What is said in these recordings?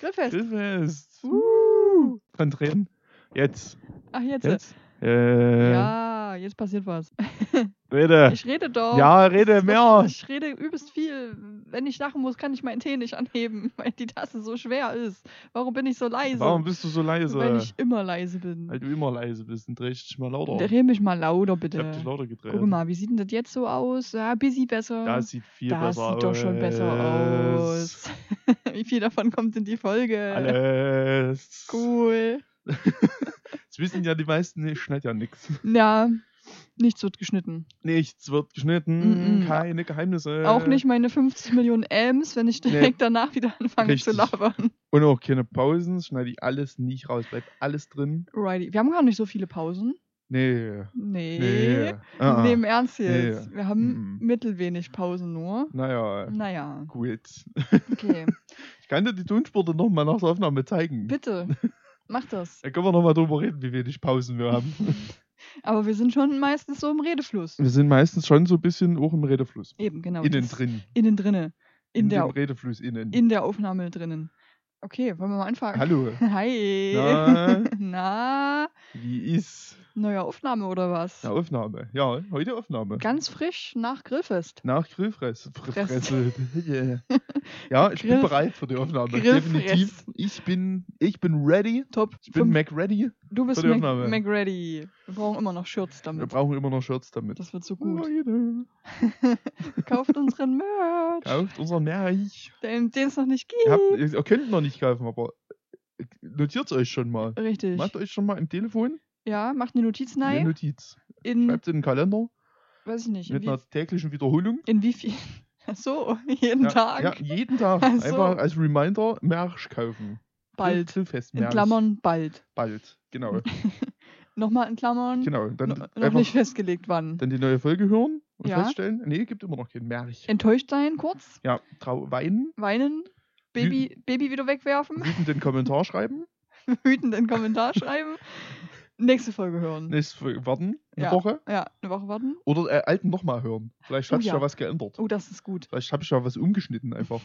Grillfest. Grillfest. Uh. Dran drehen. Jetzt. Ach, jetzt. Jetzt. Äh, Ja, jetzt passiert was. Rede. Ich rede doch. Ja, rede Das- mehr. Ich rede übelst viel. Wenn ich lachen muss, kann ich meinen Tee nicht anheben, weil die Tasse so schwer ist. Warum bin ich so leise? Warum bist du so äh, leise? Weil ich immer leise bin. Weil du immer leise bist, dann dreh ich dich mal lauter. Dreh mich mal lauter, ich hab dich bitte. lauter gedreht. Guck mal, wie sieht denn das jetzt so aus? Ja, bisschen besser. Das sieht viel Das besser aus. sieht doch schon besser aus. wie viel davon kommt in die Folge? Alles. Cool. Das wissen ja die meisten, nee, ich schneid ja nichts. Ja, nichts wird geschnitten. Nichts wird geschnitten, Mhm. keine Geheimnisse. Auch nicht meine 50 Millionen Ms, wenn ich direkt danach wieder anfange Richtig. zu labern. Und auch keine Pausen, schneide ich alles nicht raus, bleibt alles drin. Righty. Wir haben gar nicht so viele Pausen. Nee. Nee. Nee. Ah, Nee, im Ernst Nee. jetzt. Wir haben Mhm. mittelwenig Pausen nur. Naja, Mm. Naja, gut. okay. Ich kann dir die Tonspurte nochmal nach der Aufnahme zeigen. Bitte, mach das. Da können wir nochmal drüber reden, wie wenig Pausen wir haben. Aber wir sind schon meistens so im Redefluss. wir sind meistens schon so ein bisschen auch im Redefluss. Eben, genau. Innen das- drin. Innen drinne. In, In, der, dem Redefluss innen. in der Aufnahme drinnen. Okay, wollen wir mal anfangen? Hallo. Hi. Na? Na, Wie ist neue Aufnahme oder was? eine Aufnahme? Ja, heute Aufnahme. Ganz frisch nach Grillfest. Nach Grillfresse. Fr- Fress. Fresse. Yeah. ja, ich bin Grill- bereit für die Aufnahme. Grillfress. Definitiv. Ich bin, ich bin ready. Top. Ich bin Fünf- Mac ready. du bist für die Mac, Aufnahme. MacReady. Wir brauchen immer noch Shirts Wir damit. brauchen immer noch Shirts damit. Oh, Das wird so gut. Leute, Kauft unseren Merch, Kauft unser Merch. den es noch nicht Ihr, gibt. habt, ihr könnt noch nicht kaufen, aber notiert euch schon mal. Richtig. Macht euch schon mal im Telefon Ja, macht eine Notiz eine rein. Notiz. In, Schreibt sie in den Kalender weiß ich nicht, in mit wie, einer täglichen Wiederholung. in wie viel? Ach so, jeden ja, Tag. Ja, jeden Tag. Ach so. Einfach als Reminder Merch kaufen. bald. Grillfest In Merch. Klammern bald. Bald. Genau. Nochmal in Klammern. genau. Dann, no- noch einfach, nicht festgelegt wann. dann die neue Folge hören und Ja. feststellen, nee, gibt immer noch kein Merch. Enttäuscht sein, kurz, Ja, trau weinen, weinen, Baby, Baby wieder wegwerfen, wütend den Kommentar schreiben, wütend einen Kommentar schreiben, nächste Folge hören. nächste Folge warten, eine Ja. Woche. Ja, eine Woche warten. Oder äh, alten nochmal hören. Vielleicht Oh hat sich ja. ja was geändert. Oh, das ist gut. Vielleicht habe ich ja was umgeschnitten einfach.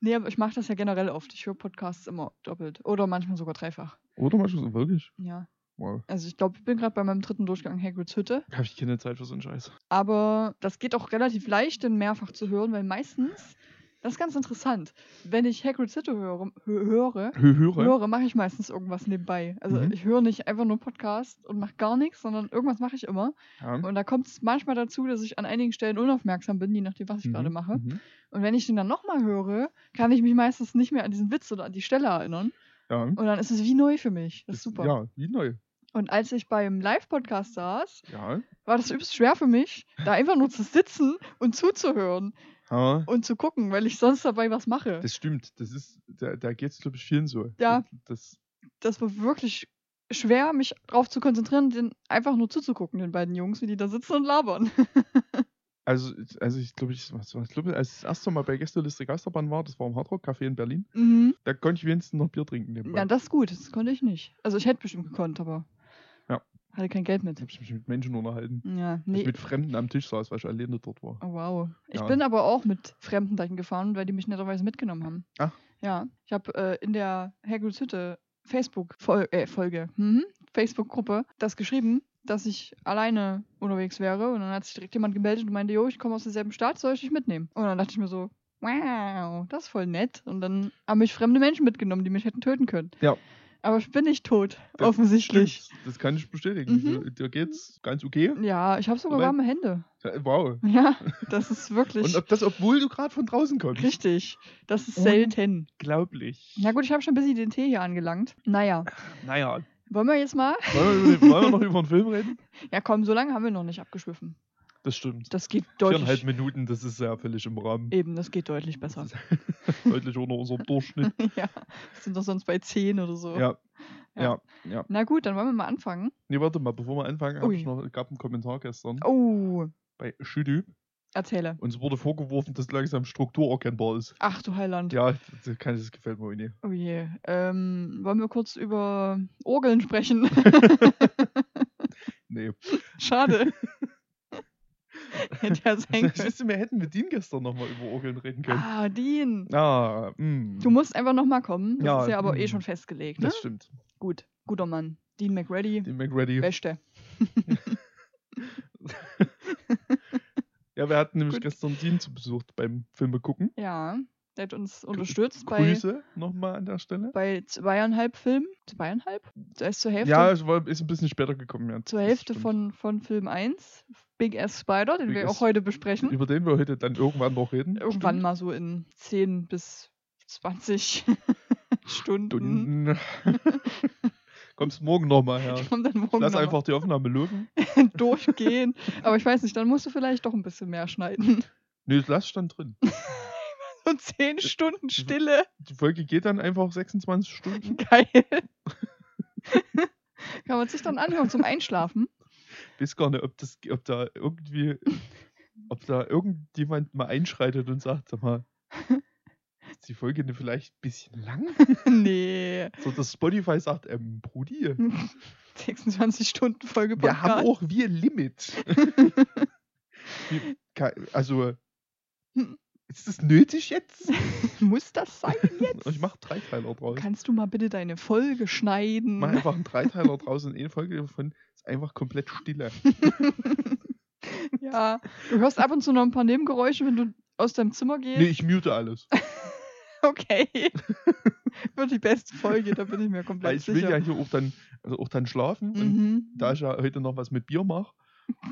Nee, aber ich mache das ja generell oft. Ich höre Podcasts immer doppelt. Oder manchmal sogar dreifach. Oder manchmal so, wirklich. Ja. Wow. Also ich glaube, ich bin gerade bei meinem dritten Durchgang Hagrids Hütte. Habe ich keine Zeit für so einen Scheiß. Aber das geht auch relativ leicht, den mehrfach zu hören, weil meistens, das ist ganz interessant, wenn ich Hagrid's Hütte höre, hö- höre, Hö höre. höre mache ich meistens irgendwas nebenbei. Also Mhm. ich höre nicht einfach nur Podcast und mache gar nichts, sondern irgendwas mache ich immer. Ja. Und da kommt es manchmal dazu, dass ich an einigen Stellen unaufmerksam bin, je nachdem, was ich Mhm, gerade mache. mhm. Und wenn ich den dann nochmal höre, kann ich mich meistens nicht mehr an diesen Witz oder an die Stelle erinnern. Ja. Und dann ist es wie neu für mich. Das ist Ist- super. Ja, wie neu. Und als ich beim Live-Podcast saß, Ja. war das übelst schwer für mich, da einfach nur zu sitzen und zuzuhören ja. und zu gucken, weil ich sonst dabei was mache. Das, Das stimmt. Das ist, da, da geht es, glaube ich, vielen so. Ja. Das, war wirklich schwer, mich darauf zu konzentrieren, den einfach nur zuzugucken, den beiden Jungs, wie die da sitzen und labern. also, also ich glaube, ich, was, was, ich glaub, als ich das erste Mal bei Gästeliste Geisterbahn war, das war im Hardrock Café in Berlin, Mhm. da konnte ich wenigstens noch Bier trinken. Nebenbei. Ja, das ist gut, das konnte ich nicht. Also ich hätte bestimmt gekonnt, aber Ja. hatte kein Geld da mit. habe ich mich mit Menschen unterhalten. Ja, Nee. Ich nee. mit Fremden am Tisch saß, weil ich alleine dort war. Oh, wow. Ich Ja. bin aber auch mit Fremden dahin gefahren, weil die mich netterweise mitgenommen haben. Ach. Ja. Ich habe äh, in der Hagrid's Hütte Facebook-Folge, äh, Folge, mhm, Facebook-Gruppe, das geschrieben, dass ich alleine unterwegs wäre. Und dann hat sich direkt jemand gemeldet und meinte, jo, ich komme aus derselben Stadt, soll ich dich mitnehmen? Und dann dachte ich mir so, wow, das ist voll nett. Und dann haben mich fremde Menschen mitgenommen, die mich hätten töten können. Ja. Aber ich bin nicht tot, Das offensichtlich. Stimmt, das kann ich bestätigen. Mhm. Dir geht's ganz okay. Ja, ich habe sogar Wobei- warme Hände. Ja, Wow. Ja, das ist wirklich. Und ob das, obwohl du gerade von draußen kommst. Richtig. Das ist Und- selten. Unglaublich. Na gut, ich habe schon ein bisschen den Tee hier angelangt. Naja, Naja, wollen wir jetzt mal? wollen wir, über den, wollen wir noch über den Film reden? Ja komm, so lange haben wir noch nicht abgeschwiffen. Das stimmt. Das geht Viereinhalb deutlich. Minuten, das ist ja völlig im Rahmen. Eben, das geht deutlich besser. Das ist deutlich unter unserem Durchschnitt. ja, wir sind doch sonst bei 10 oder so. Ja. Ja. Ja, ja. Na gut, dann wollen wir mal anfangen. Nee, warte mal, bevor wir anfangen, hab Ui. ich noch, gab einen Kommentar gestern Oh, bei Schüdüb. erzähle. Uns wurde vorgeworfen, dass langsam Struktur erkennbar ist. Ach du Heiland. Ja, das, kann- das gefällt mir nicht. Oh je. Ähm, wollen wir kurz über Orgeln sprechen? Nee. Schade. Hätte ja sein können. Siehst du, wir hätten mit Dean gestern nochmal über Orgeln reden können. Ah, Dean. Ah, mh, Du musst einfach nochmal kommen. Das Ja, ist ja aber eh hm. schon festgelegt. Ne? das stimmt. Gut. Guter Mann. Dean McReady. Die McReady. Beste. Ja, wir hatten nämlich Gut. gestern Dean zu Besuch beim Filme gucken. Ja. Der hat uns unterstützt bei, Grüße nochmal an der Stelle. bei zweieinhalb Filmen. Zweieinhalb? Er ist zur Hälfte, Ja, es war, ist ein bisschen später gekommen. Ja, zur das Hälfte stimmt. von, von Film 1. Big Ass Spider, den Big wir Ass- auch heute besprechen. Über den wir heute dann irgendwann noch reden. Irgendwann mal so in 10 bis 20 Stunden. Stunden. Kommst morgen nochmal her. Ich komme dann morgen Lass noch mal einfach die Aufnahme löwen. durchgehen. Aber ich weiß nicht, dann musst du vielleicht doch ein bisschen mehr schneiden. Nö, das Lass stand drin. So 10 Äh, mhm. Stunden Stille. Die Folge geht dann einfach 26 Stunden. Geil. Kann man sich dann anhören zum Einschlafen. Weiß gar nicht, ob, das, ob da irgendwie. Ob da irgendjemand mal einschreitet und sagt, sag mal, ist die Folge denn vielleicht ein bisschen lang? nee. So, dass Spotify sagt, ähm, Brudi, 26 Stunden Folge wir haben Podcast. auch wir Limit. wir, ke- also, Hm. ist das nötig jetzt? Muss das sein jetzt? Ich mach Dreiteiler draus. Kannst du mal bitte deine Folge schneiden? Mach einfach einen Dreiteiler draus und eine Folge davon ist einfach komplett stille. ja. Du hörst ab und zu noch ein paar Nebengeräusche, wenn du aus deinem Zimmer gehst. Nee, ich mute alles. Okay. Wird die beste Folge, da bin ich mir komplett Weil ich will sicher. ja hier auch dann, also auch dann schlafen. Und mhm. da ich ja heute noch was mit Bier mache,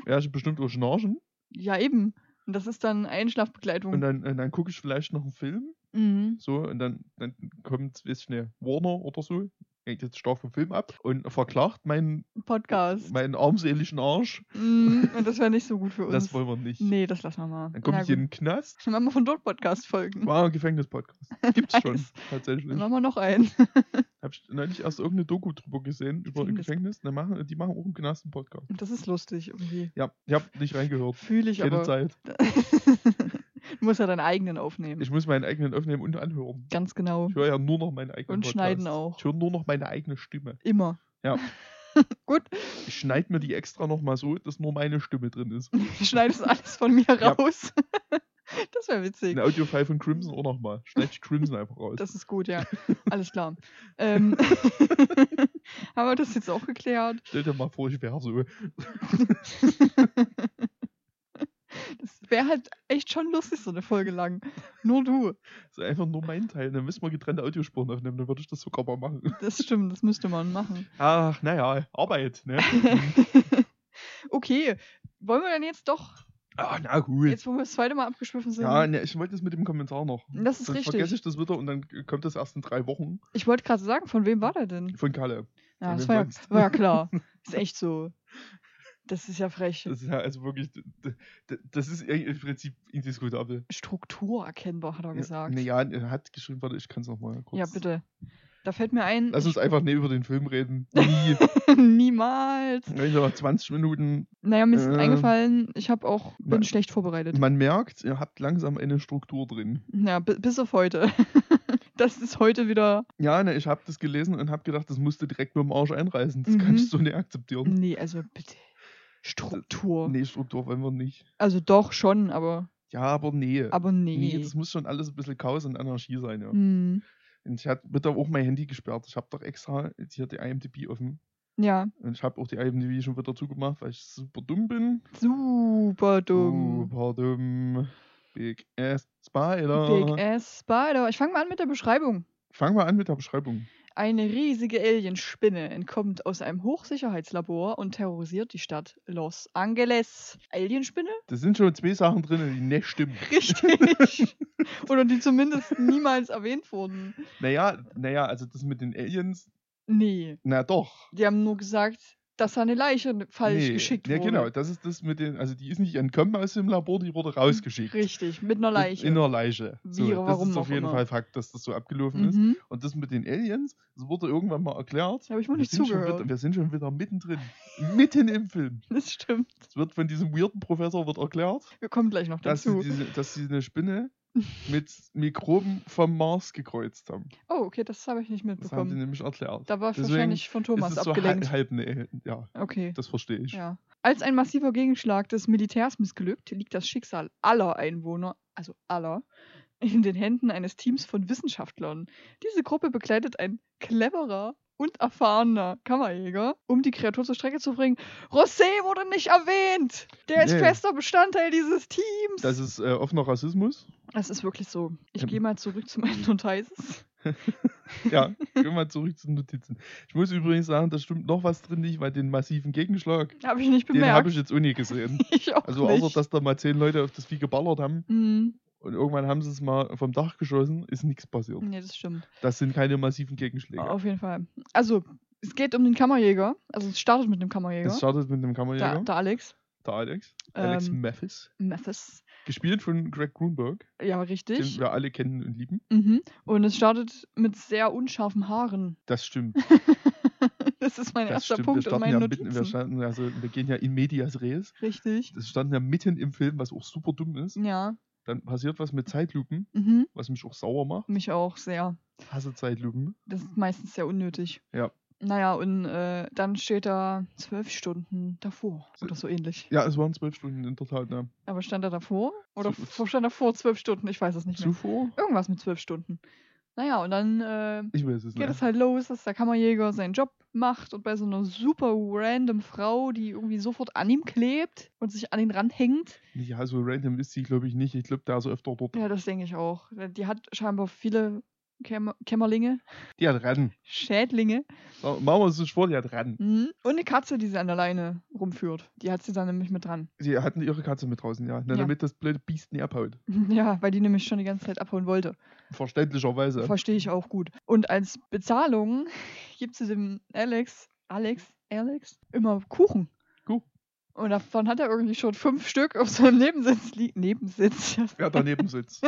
werde ich bestimmt auch schnarchen. Ja, eben. Und das ist dann Einschlafbegleitung. Und dann, und dann gucke ich vielleicht noch einen Film. mhm. So, und dann, dann kommt, weiß ich nicht, Warner oder so. Hängt jetzt stark vom Film ab und verklagt meinen, Podcast. meinen armseligen Arsch. Mhm. Und das wäre nicht so gut für uns. Das wollen wir nicht. nee, das lassen wir mal. Dann komme Ja, ich gut. in den Knast. Dann machen wir von dort Podcast-Folgen. War ein Gefängnis-Podcast. Gibt's schon, Nice. tatsächlich. Dann machen wir noch einen. Hab ich neulich erst irgendeine Doku drüber gesehen, über ein Gefängnis. Gefängnis. Da machen, die machen auch im Knast einen Podcast. Und Das ist lustig irgendwie. Ja, ich habe nicht reingehört. Fühle ich Keine aber. hm. Zeit. du musst ja deinen eigenen aufnehmen. Ich muss meinen eigenen aufnehmen und anhören. Ganz genau. Ich höre ja nur noch meine eigenen Und schneiden auch. Ich höre nur noch meine eigene Stimme. Immer. Ja. gut. Ich schneide mir die extra nochmal so, dass nur meine Stimme drin ist. Du schneidest alles von mir Ja. raus. das wäre witzig. Ein Audiofile von Crimson auch nochmal. Schneide ich Crimson einfach raus. Das ist gut, ja. Alles klar. ähm, haben wir das jetzt auch geklärt? Stell dir mal vor, ich wäre so. Das wäre halt echt schon lustig, so eine Folge lang. Nur du. So einfach nur mein Teil. Dann müssen wir getrennte Audiospuren aufnehmen. Dann würde ich das sogar mal machen. Das stimmt, das müsste man machen. Ach, naja, Arbeit, ne? okay, wollen wir dann jetzt doch, Ach, Ah, na gut. jetzt wo wir das zweite Mal abgeschwiffen sind, Ja, ne, ich wollte das mit dem Kommentar noch. Das ist Sonst richtig. vergesse ich das wieder und dann kommt das erst in drei Wochen ich wollte gerade sagen, von wem war der denn? von Kalle. Ja, Von das wem war ja, sonst? war ja klar. Ist echt so. Das ist ja frech. Das ist ja also wirklich, d- d- das ist ir- im Prinzip indiskutabel. Struktur erkennbar, hat er gesagt. Naja, er hat geschrieben, warte, ich kann es nochmal kurz. ja, bitte. Da fällt mir ein, Lass uns einfach nicht über den Film reden. Nie. niemals. Wenn ich aber 20 Minuten. Naja, mir ist Äh, eingefallen, ich habe auch, bin ma- schlecht vorbereitet. Man merkt, ihr habt langsam eine Struktur drin. Ja, bi- bis auf heute. das ist heute wieder. Ja, ne, ich habe das gelesen und habe gedacht, das musst du direkt mit dem Arsch einreißen. Das Mhm. kannst du nicht akzeptieren. Nee, also bitte. Struktur. Oh. Nee, Struktur wollen wir nicht. Also doch schon, aber, Ja, aber nee. aber nee. Nee, das muss schon alles ein bisschen Chaos und Anarchie sein, ja. Hm. Und ich hatte wird da auch mein Handy gesperrt. Ich habe doch extra jetzt hier die IMDb offen. Ja, Und ich habe auch die IMDb schon wieder zugemacht, weil ich super dumm bin. super dumm. Super dumm. Big Ass Spider. Big Ass Spider. Ich fange mal an mit der Beschreibung. Fangen wir an mit der Beschreibung. Eine riesige Alienspinne entkommt aus einem Hochsicherheitslabor und terrorisiert die Stadt Los Angeles. Alienspinne? Da sind schon zwei Sachen drin, die nicht stimmen. Richtig. Oder die zumindest niemals erwähnt wurden. Naja, naja, also das mit den Aliens, Nee. na doch. Die haben nur gesagt, dass da eine Leiche falsch Nee, geschickt Ja, wurde. genau, das ist das mit den, also die ist nicht entkommen aus dem Labor, die wurde rausgeschickt. Richtig, mit einer In- Leiche. In einer Leiche. So, Wie, das warum ist auch auf jeden immer. Fall Fakt, dass das so abgelaufen ist. mhm. Und das mit den Aliens, das wurde irgendwann mal erklärt. Da habe ich noch nicht sind schon zugehört. Wieder, wir sind schon wieder mittendrin. Mitten im Film. Das stimmt. Es wird von diesem weirden Professor wird erklärt, Wir kommen gleich noch dass dazu. sie, diese, dass sie eine Spinne mit Mikroben vom Mars gekreuzt haben. Oh, okay, das habe ich nicht Das haben die mitbekommen. nämlich erklärt. Da war ich Deswegen wahrscheinlich von Thomas es ist abgelenkt. so halb, halb ne, ja, okay. das verstehe ich. Ja. Als ein massiver Gegenschlag des Militärs missglückt, liegt das Schicksal aller Einwohner, also aller, in den Händen eines Teams von Wissenschaftlern. Diese Gruppe begleitet ein cleverer und erfahrener Kammerjäger, um die Kreatur zur Strecke zu bringen. Rosé wurde nicht erwähnt! Der ist Nee. fester Bestandteil dieses Teams! Das ist äh, offener Rassismus. Das ist wirklich so. Ich Ähm. gehe mal zurück zu meinen Notices. Ja, gehen wir mal zurück zu den Notizen. Ich muss übrigens sagen, da stimmt noch was drin nicht, weil den massiven Gegenschlag, Habe ich nicht den habe bemerkt. ich jetzt auch nie gesehen. ich, auch Also nicht. außer, dass da mal zehn Leute auf das Vieh geballert haben Hm, und irgendwann haben sie es mal vom Dach geschossen, ist nichts passiert. nee, das stimmt. Das sind keine massiven Gegenschläge. Auf jeden Fall. Also, es geht um den Kammerjäger. Also, es startet mit dem Kammerjäger. Es startet mit Der, dem Kammerjäger, der Alex. der Alex. Alex Ähm. Mathis. Mathis. Gespielt von Greg Grunberg, Ja, den richtig. wir alle kennen und lieben. Mhm. Und es startet mit sehr unscharfen Haaren. Das stimmt. Das ist mein Das erster stimmt. Punkt wir, in starten meinen ja mitten, wir, Notizen. starten, also, wir gehen ja in medias res. Richtig. Das standen ja mitten im Film, was auch super dumm ist. Ja. Dann passiert was mit Zeitlupen, Mhm. was mich auch sauer macht. Mich auch sehr. Ich hasse Zeitlupen. Das ist meistens sehr unnötig. Ja. Naja, und äh, dann steht da zwölf Stunden davor oder so ähnlich. Ja, es waren zwölf Stunden in der Tat. Ne? Aber stand da davor? Oder Zu- vor- stand da vor zwölf Stunden? Ich weiß es nicht mehr. Zuvor? Irgendwas mit zwölf Stunden. Naja, und dann äh, Ich weiß es geht es nicht. halt los, dass der Kammerjäger seinen Job macht und bei so einer super random Frau, die irgendwie sofort an ihm klebt und sich an ihn ranhängt. Ja, so random ist sie, glaube ich, nicht. Ich glaube, da ist sie öfter dort. Ja, das denke ich auch. Die hat scheinbar viele Kämmer Kämmerlinge, Die hat ran. Schädlinge Ma- Machen wir es uns vor, die hat ran. mhm. und eine Katze, die sie an der Leine rumführt. Die hat sie dann nämlich mit dran. Sie hatten ihre Katze mit draußen, ja. Ne, Ja. Damit das blöde Biest nicht abhaut. Ja, weil die nämlich schon die ganze Zeit abhauen wollte. Verständlicherweise. Verstehe ich auch gut. Und als Bezahlung gibt sie dem Alex, Alex, Alex immer Kuchen. Kuchen. Und davon hat er irgendwie schon fünf Stück auf seinem Nebensitz liegen. Nebensitz, ja, Wer daneben sitzt.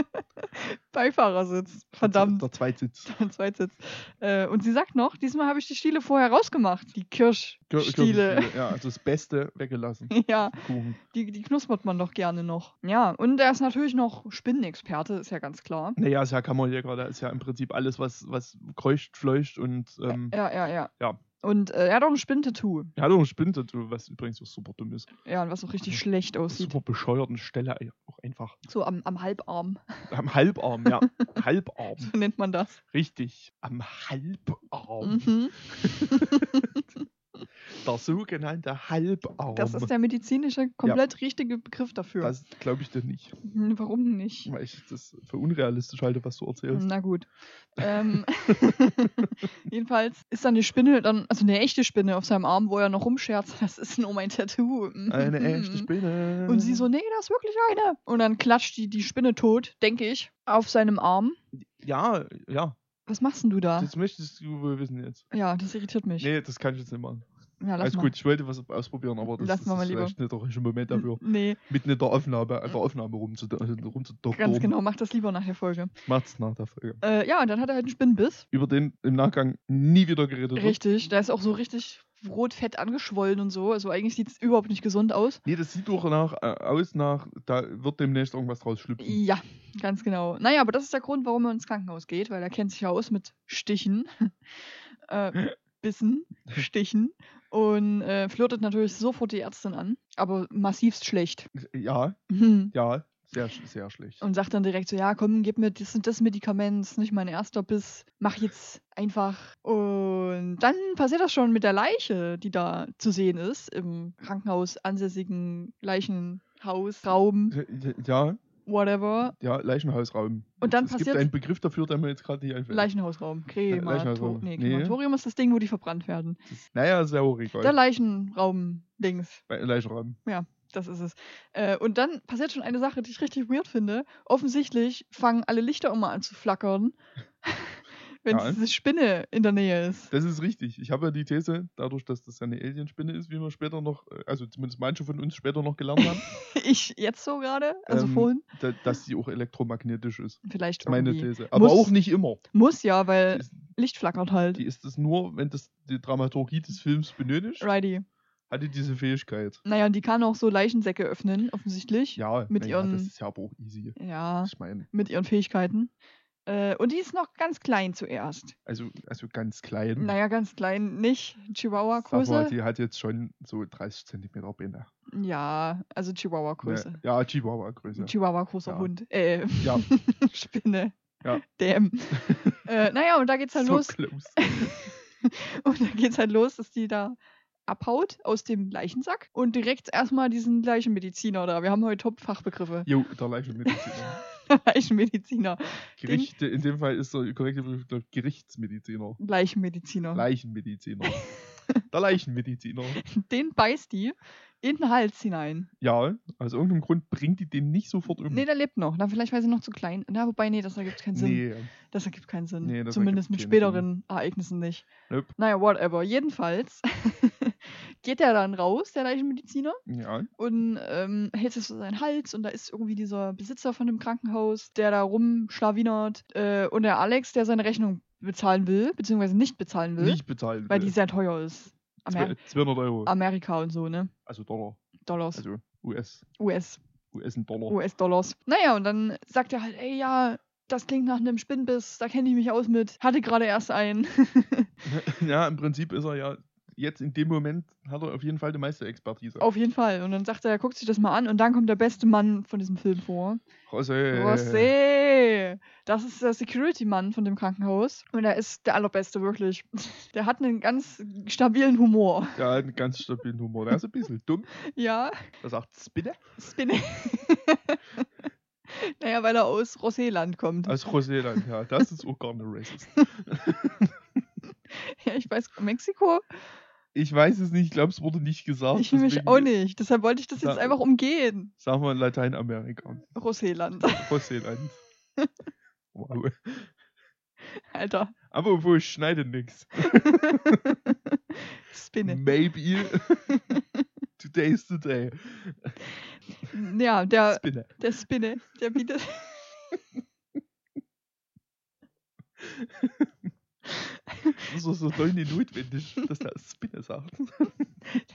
Beifahrersitz. Verdammt. Der Zweitsitz. Ein Zweitsitz. Äh, und sie sagt noch, diesmal habe ich die Stiele vorher rausgemacht. Die Kür- Kirschstiele. Kürbisstiele, Ja, also das Beste weggelassen. Ja, Kuchen. die, die knuspert man doch gerne noch. Ja, und er ist natürlich noch Spinnenexperte, ist ja ganz klar. Naja, ist ja Kammerjäger, da ist ja im Prinzip alles, was, was kreucht, fleucht und ähm, Ja, ja, ja. Ja. Und äh, er hat auch ein Spinnentattoo. er hat auch ein Spinnentattoo, was übrigens auch super dumm ist. Ja, und was auch richtig Mhm. schlecht aussieht. Super bescheuerten Stelle ey, auch einfach. So am, am Halbarm, Am Halbarm, ja. Halbarm. so nennt man das. Richtig. Am Halbarm. Mhm. Der sogenannte Halbarm. Das ist der medizinische, komplett richtige Begriff dafür. Das glaube ich dir nicht. Hm, Warum nicht? Weil ich das für unrealistisch halte, was du erzählst. Na gut. Ähm, jedenfalls ist dann eine Spinne, dann, also eine echte Spinne auf seinem Arm, wo er noch rumscherzt, das ist nur mein Tattoo. Mhm. Eine echte Spinne. Und sie so, nee, das ist wirklich eine. Und dann klatscht die, die Spinne tot, denke ich, auf seinem Arm. Ja, ja. Was machst denn du da? Das möchtest du wohl wissen jetzt. ja, das irritiert mich. Nee, das kann ich jetzt nicht machen. ja, lass Alles mal. gut, ich wollte was ausprobieren, aber das, Lass das mal mal ist lieber. Hm. vielleicht nicht der richtige Moment dafür. Nee, Mitten in der Aufnahme, an der Aufnahme rumzudoktern. ganz Rumzu genau, mach das lieber nach der Folge. Macht's nach der Folge. Äh, ja, und dann hat er halt einen Spinnenbiss. Über den im Nachgang nie wieder geredet wird. Richtig, da ist auch so richtig rotfett angeschwollen und so. Also eigentlich sieht es überhaupt nicht gesund aus. Nee, das sieht doch nach, äh, aus nach, da wird demnächst irgendwas draus schlüpfen. Ja, ganz genau. Naja, aber das ist der Grund, warum er ins Krankenhaus geht, weil er kennt sich ja aus mit Stichen, äh, Bissen, Stichen und äh, flirtet natürlich sofort die Ärztin an, aber massivst schlecht. Hm. Ja, Und ja, sehr, sch- sehr schlecht. sagt dann direkt so, ja, komm, gib mir das und das Medikament, ist nicht mein erster Biss, mach jetzt einfach. Und dann passiert das schon mit der Leiche, die da zu sehen ist, im Krankenhaus ansässigen Leichenhaus, Raum, Ja, whatever. ja, Leichenhausraum. Und dann es passiert- gibt einen Begriff dafür, der mir jetzt gerade nicht einfällt. Leichenhausraum. Krematorium. Leichenhausraum. Nee, Nee. Krematorium ist das Ding, wo die verbrannt werden. naja, ist ja auch egal. Der Leichenraum links. Le Leichenraum. Das ist es. Äh, und dann passiert schon eine Sache, die ich richtig weird finde. Offensichtlich fangen alle Lichter immer an zu flackern, wenn Ja. diese Spinne in der Nähe ist. Das ist richtig. Ich habe ja die These, dadurch, dass das ja eine Alienspinne ist, wie wir später noch, äh, also zumindest manche von uns später noch gelernt haben, Ich jetzt so gerade, also Ähm, vorhin. da, dass sie auch elektromagnetisch ist. Vielleicht Das ist meine irgendwie. These. Aber Muss- Äh, auch nicht immer. Muss ja, weil Die ist- Licht flackert halt. Die ist es nur, wenn das die Dramaturgie des Films benötigt. Righty. hatte diese Fähigkeit. Naja, und die kann auch so Leichensäcke öffnen, offensichtlich. Ja, Mit na ihren- ja, das ist ja aber auch easy. Ja, Ich meine, mit ihren Fähigkeiten. Äh, und die ist noch ganz klein zuerst. also, also ganz klein. Naja, ganz klein nicht. Sag mal, Chihuahua-Größe? die hat jetzt schon so 30 cm Beine. Ja, also Chihuahua-Größe. Ja, Chihuahua-Größe. Chihuahua-großer Ja. Hund. Äh, Ja, Spinne. Ja. Damn. äh, naja, und da geht's halt so los. close. Und dann geht's halt los, dass die da abhaut aus dem Leichensack und direkt erstmal diesen Leichenmediziner da. Wir haben heute Top-Fachbegriffe. Jo, der Leichenmediziner. Leichenmediziner. Gerichte, in dem Fall ist der korrekte Begriff glaub ich, Gerichtsmediziner. Leichenmediziner. Leichenmediziner. der Leichenmediziner. den beißt die in den Hals hinein. Ja, aus irgendeinem Grund bringt die den nicht sofort um. Nee, der lebt noch. Na, vielleicht war sie noch zu klein. Na, wobei, nee, das ergibt keinen Sinn. Nee, Das ergibt keinen Sinn. Nee, das Zumindest mit ergibt keinen späteren Ereignissen nicht. Nope. Naja, whatever. Jedenfalls geht der dann raus, der Leichenmediziner, Ja, und ähm, hält sich so seinen Hals und da ist irgendwie dieser Besitzer von dem Krankenhaus, der da rumschlawinert äh, und der Alex, der seine Rechnung bezahlen will, beziehungsweise nicht bezahlen will, nicht bezahlen. weil will. die sehr teuer ist. Amer Zwe- 200 Euro. Amerika und so, ne? Also Dollar. Dollars. Also Oh. US. US. US in Dollar. US-Dollars. Naja, und dann sagt er halt, ey, ja, das klingt nach einem Spinnbiss, da kenne ich mich aus mit. Hatte gerade erst einen. Ja, im Prinzip ist er ja jetzt in dem Moment hat er auf jeden Fall die meiste Expertise. Auf jeden Fall. Und dann sagt er, er guckt sich das mal an und dann kommt der beste Mann von diesem Film vor. José. José! Das ist der Security-Mann von dem Krankenhaus. Und er ist der allerbeste, wirklich. Der hat einen ganz stabilen Humor. Der hat einen ganz stabilen Humor. Der ist ein bisschen dumm. Ja, Der sagt Spinne Spinne. naja, weil er aus Roséland kommt. aus Roseland. Ja, das ist auch gar nicht racist. ja, ich weiß, Mexiko? Ich weiß es nicht. Ich glaube, es wurde nicht gesagt. ich mich deswegen auch nicht. Deshalb wollte ich das jetzt Da- einfach umgehen. Sagen wir in Lateinamerika. Roséland. Roseland. wow. Alter, Aber wo ich schneide nix. Spinne. Maybe. Today's the day. Ja, der, Spinne. der Spinne, der bietet. Das ist so doll nicht notwendig, dass der Spinne sagt.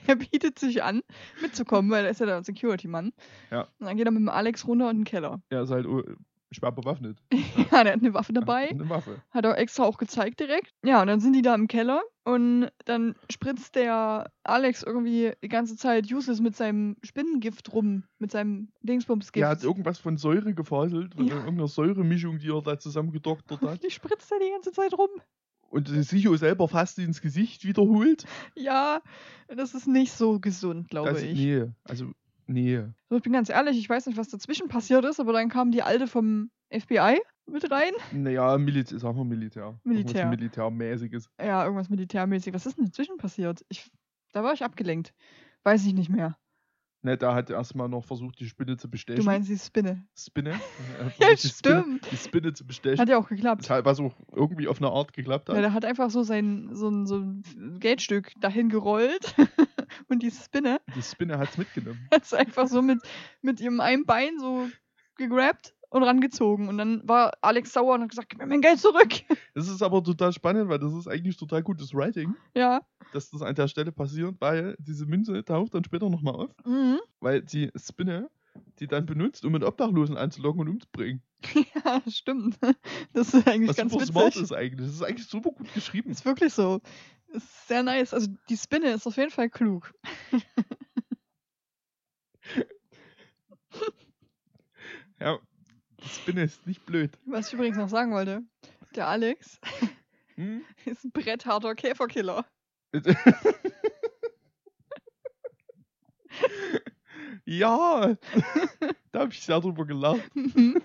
Der bietet sich an, mitzukommen, weil er ist ja der Security-Mann. Ja. Und dann geht er mit dem Alex runter in den Keller. Er ist halt oh, schwer bewaffnet. Ja, der hat eine Waffe dabei. Eine Waffe. Hat er extra auch gezeigt direkt. Ja, und dann sind die da im Keller und dann spritzt der Alex irgendwie die ganze Zeit useless mit seinem Spinnengift rum, mit seinem Dingsbumsgift. Er hat irgendwas von Säure gefaselt, von Ja. irgendeiner Säuremischung, die er da zusammengedoktert hat. die spritzt er die ganze Zeit rum. Und Sicho selber fast ins Gesicht wiederholt. Ja, das ist nicht so gesund, glaube Also, ich. nee, also, nee. So, ich bin ganz ehrlich, ich weiß nicht, was dazwischen passiert ist, aber dann kam die alte vom FBI mit rein. Naja, Militär, sagen wir Militär. Irgendwas Militär. Militärmäßiges. Ja, irgendwas militärmäßig. Was ist denn dazwischen passiert? Ich, da war ich abgelenkt. Weiß ich nicht mehr. Ne, da hat er erstmal noch versucht, die Spinne zu bestechen. Du meinst die Spinne. Spinne? Er hat Ja, versucht, die Spinne- stimmt. Die Spinne zu bestechen. Hat ja auch geklappt. Weshalb was auch irgendwie auf eine Art geklappt hat. Ja, der hat einfach so sein so ein, so ein Geldstück dahin gerollt und die Spinne die Spinne hat es mitgenommen. hat es einfach so mit, mit ihrem einen Bein so gegrabt und rangezogen. Und dann war Alex sauer und hat gesagt, gib mir mein Geld zurück. Das ist aber total spannend, weil das ist eigentlich total gutes Writing, Ja. dass das an der Stelle passiert, weil diese Münze taucht dann später nochmal auf, Mhm. weil die Spinne die dann benutzt, um einen Obdachlosen anzulocken und umzubringen. Ja, stimmt. Das ist eigentlich Was ganz super witzig. smart ist eigentlich. Das ist eigentlich super gut geschrieben. Ist wirklich so. Ist sehr nice. Also die Spinne ist auf jeden Fall klug. Ja, die Spinne ist nicht blöd. Was ich übrigens noch sagen wollte. Der Alex Hm? ist ein brettharter Käferkiller. ja, da habe ich sehr drüber gelacht. Mhm.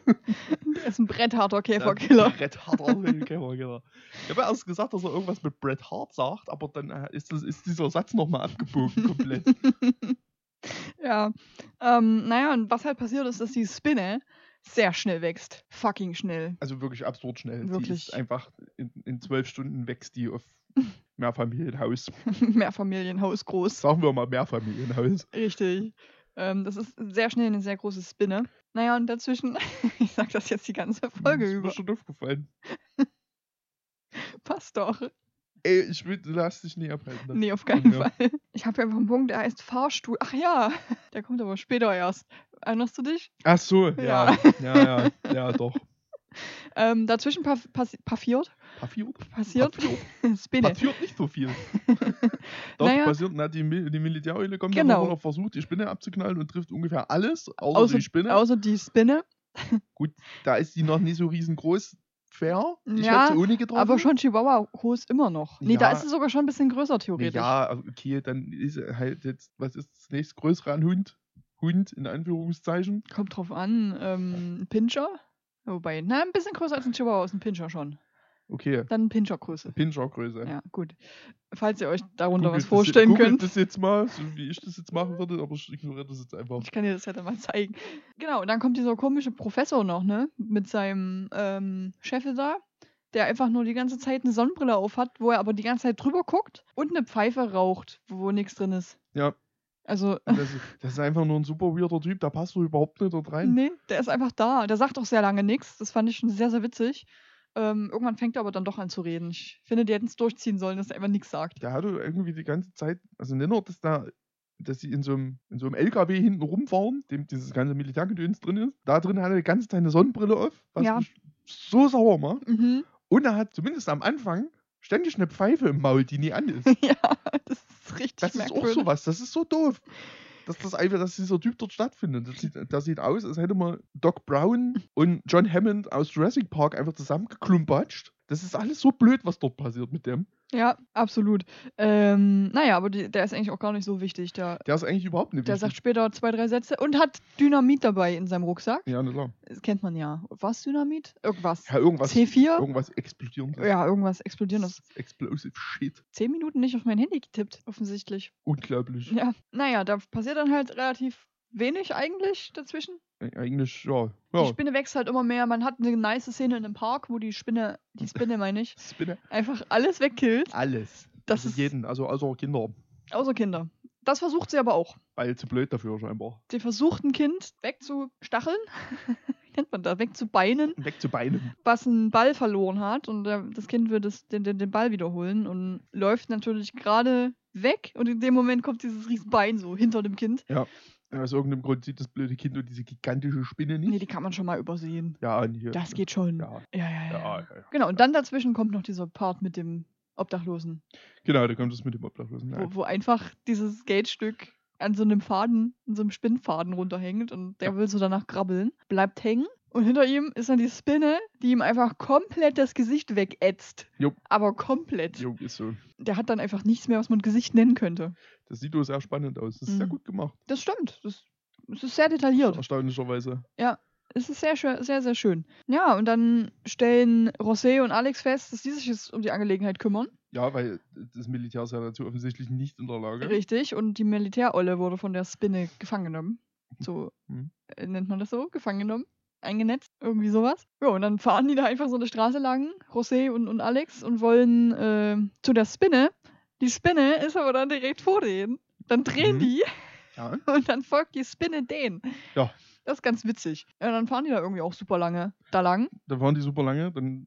Der ist ein brettharter Käferkiller. Bret Hart, auch ein Käferkiller. Ich habe ja erst gesagt, dass er irgendwas mit Bret Hart sagt, aber dann äh, ist, das, ist dieser Satz nochmal abgebogen komplett. Ja. Ähm, naja, und was halt passiert ist, dass die Spinne sehr schnell wächst. Fucking schnell. Also wirklich absurd schnell. Die Wirklich. ist einfach in, in zwölf Stunden wächst die auf Mehrfamilienhaus. Mehrfamilienhaus groß. Sagen wir mal Mehrfamilienhaus. Richtig. Ähm, das ist sehr schnell eine sehr große Spinne. Naja, und dazwischen, ich sag das jetzt die ganze Das Folge ist mir über, schon aufgefallen. passt doch. Ey, ich will, lass dich nicht abhalten. Nee, auf keinen Ja. Fall. Ich habe ja noch einen Punkt, der heißt Fahrstuhl. Ach ja, der kommt aber später erst. Erinnerst du dich? Ach so, Ja. ja. Ja, ja, ja, doch. Ähm, dazwischen paff- passi paffiert, Papiot? passiert, Spinne. Passiert nicht so viel. Doch, Naja. passiert. Na, die, Mil die Militäreule kommt Genau. dann immer noch versucht, die Spinne abzuknallen und trifft ungefähr alles, außer, Außer, die Spinne. außer die Spinne, Da ist die noch nicht so riesengroß. Fair. Ich Ja, hätte sie ohne getroffen. aber schon Chihuahua groß immer noch. Nee, da Ja. ist sie sogar schon ein bisschen größer Nee, theoretisch. ja, also okay, dann ist er halt jetzt, was ist das nächste größere an Hund? Hund in Anführungszeichen. Kommt drauf an, ähm, ein Pinscher. Wobei, na, ein bisschen größer als ein Chihuahua ist ein Pinscher schon. Okay, Dann Pinschergröße. Pinschergröße. Ja, gut. Falls ihr euch darunter Googelt was das- vorstellen googelt könnt. das jetzt mal, so wie ich das jetzt machen würde, aber ich ignoriere das jetzt einfach. Ich kann dir das ja dann mal zeigen. Genau, und dann kommt dieser komische Professor noch, ne? Mit seinem ähm, Chef da, der einfach nur die ganze Zeit eine Sonnenbrille auf hat, wo er aber die ganze Zeit drüber guckt und eine Pfeife raucht, wo nichts drin ist. Ja. Also, Und Das, das ist einfach nur ein super weirder Typ, da passt du überhaupt nicht dort rein. nee, der ist einfach da. Der sagt auch sehr lange nichts. Das fand ich schon sehr, sehr witzig. Ähm, irgendwann fängt er aber dann doch an zu reden. Ich finde, die hätten es durchziehen sollen, dass er einfach nichts sagt. Der hatte irgendwie die ganze Zeit, also nicht nur, dass da, dass sie in so einem, in so einem LKW hinten rumfahren, dem dieses ganze Militärgedöns drin ist. Da drin hat er die ganze Zeit eine Sonnenbrille auf, was Ja. mich so sauer macht. Mhm. Und er hat zumindest am Anfang ständig eine Pfeife im Maul, die nie an ist. ja, das ist richtig Das ist auch merkwürdig. sowas, das ist so doof. Dass das einfach, dass dieser Typ dort stattfindet. Das sieht, das sieht aus, als hätte man Doc Brown und John Hammond aus Jurassic Park einfach zusammengeklumpatscht. Das ist alles so blöd, was dort passiert mit dem. Ja, absolut. Ähm, naja, aber die, der ist eigentlich auch gar nicht so wichtig. Der, Der ist eigentlich überhaupt nicht der sagt wichtig. später zwei, drei Sätze und hat Dynamit dabei in seinem Rucksack. ja, na klar. Das kennt man ja. Was Dynamit? Irgendwas. Ja, irgendwas, C4? irgendwas explodieren. Ja, irgendwas explodierendes. Explosive Shit. Zehn Minuten nicht auf mein Handy getippt, offensichtlich. Unglaublich. Ja, naja, da passiert dann halt relativ wenig eigentlich dazwischen. Eig- Eigentlich, ja. Die ja. Spinne wächst halt immer mehr. Man hat eine nice Szene in einem Park, wo die Spinne, die Spinne meine ich, Spinne. einfach alles wegkillt, Alles. Das also ist- jeden, also außer Kinder. außer Kinder. Das versucht sie aber auch. Weil zu blöd dafür scheinbar. Sie versucht ein Kind wegzustacheln, wie nennt man das, wegzubeinen, Wegzubeinen. was einen Ball verloren hat und der, das Kind will das, den, den, den Ball wiederholen und läuft natürlich gerade weg und in dem Moment kommt dieses riesen Bein so hinter dem Kind. Aus irgendeinem Grund sieht das blöde Kind und diese gigantische Spinne nicht. Nee, die kann man schon mal übersehen. Ja, und hier. Das geht schon. Ja, ja, Ja, ja. ja, ja, ja. Genau, und dann dazwischen kommt noch dieser Part mit dem Obdachlosen, Genau, da kommt das mit dem Obdachlosen. Ja. wo, wo einfach dieses Geldstück an so einem Faden, an so einem Spinnfaden runterhängt und der will so danach krabbeln, bleibt hängen und hinter ihm ist dann die Spinne, die ihm einfach komplett das Gesicht wegätzt. Jupp. Aber komplett. Jo, ist so. Der hat dann einfach nichts mehr, was man Gesicht nennen könnte. Das sieht doch sehr spannend aus. Das ist sehr Mhm. gut gemacht. Das stimmt. Das, es ist sehr detailliert. Erstaunlicherweise. Es ist sehr schön, sehr, sehr schön. Ja, und dann stellen Rosé und Alex fest, dass die sich jetzt um die Angelegenheit kümmern. Ja, weil das Militär ist ja dazu offensichtlich nicht in der Lage. Richtig, und die Militärolle wurde von der Spinne gefangen genommen. So Mhm. äh, nennt man das so, gefangen genommen, eingenetzt, irgendwie sowas. Ja, und dann fahren die da einfach so eine Straße lang, José und, und Alex, und wollen äh, zu der Spinne. Die Spinne ist aber dann direkt vor denen. Dann drehen Mhm. die Ja. und dann folgt die Spinne denen. Ja. Das ist ganz witzig. Ja, dann fahren die da irgendwie auch super lange da lang. Da waren die super lange. Dann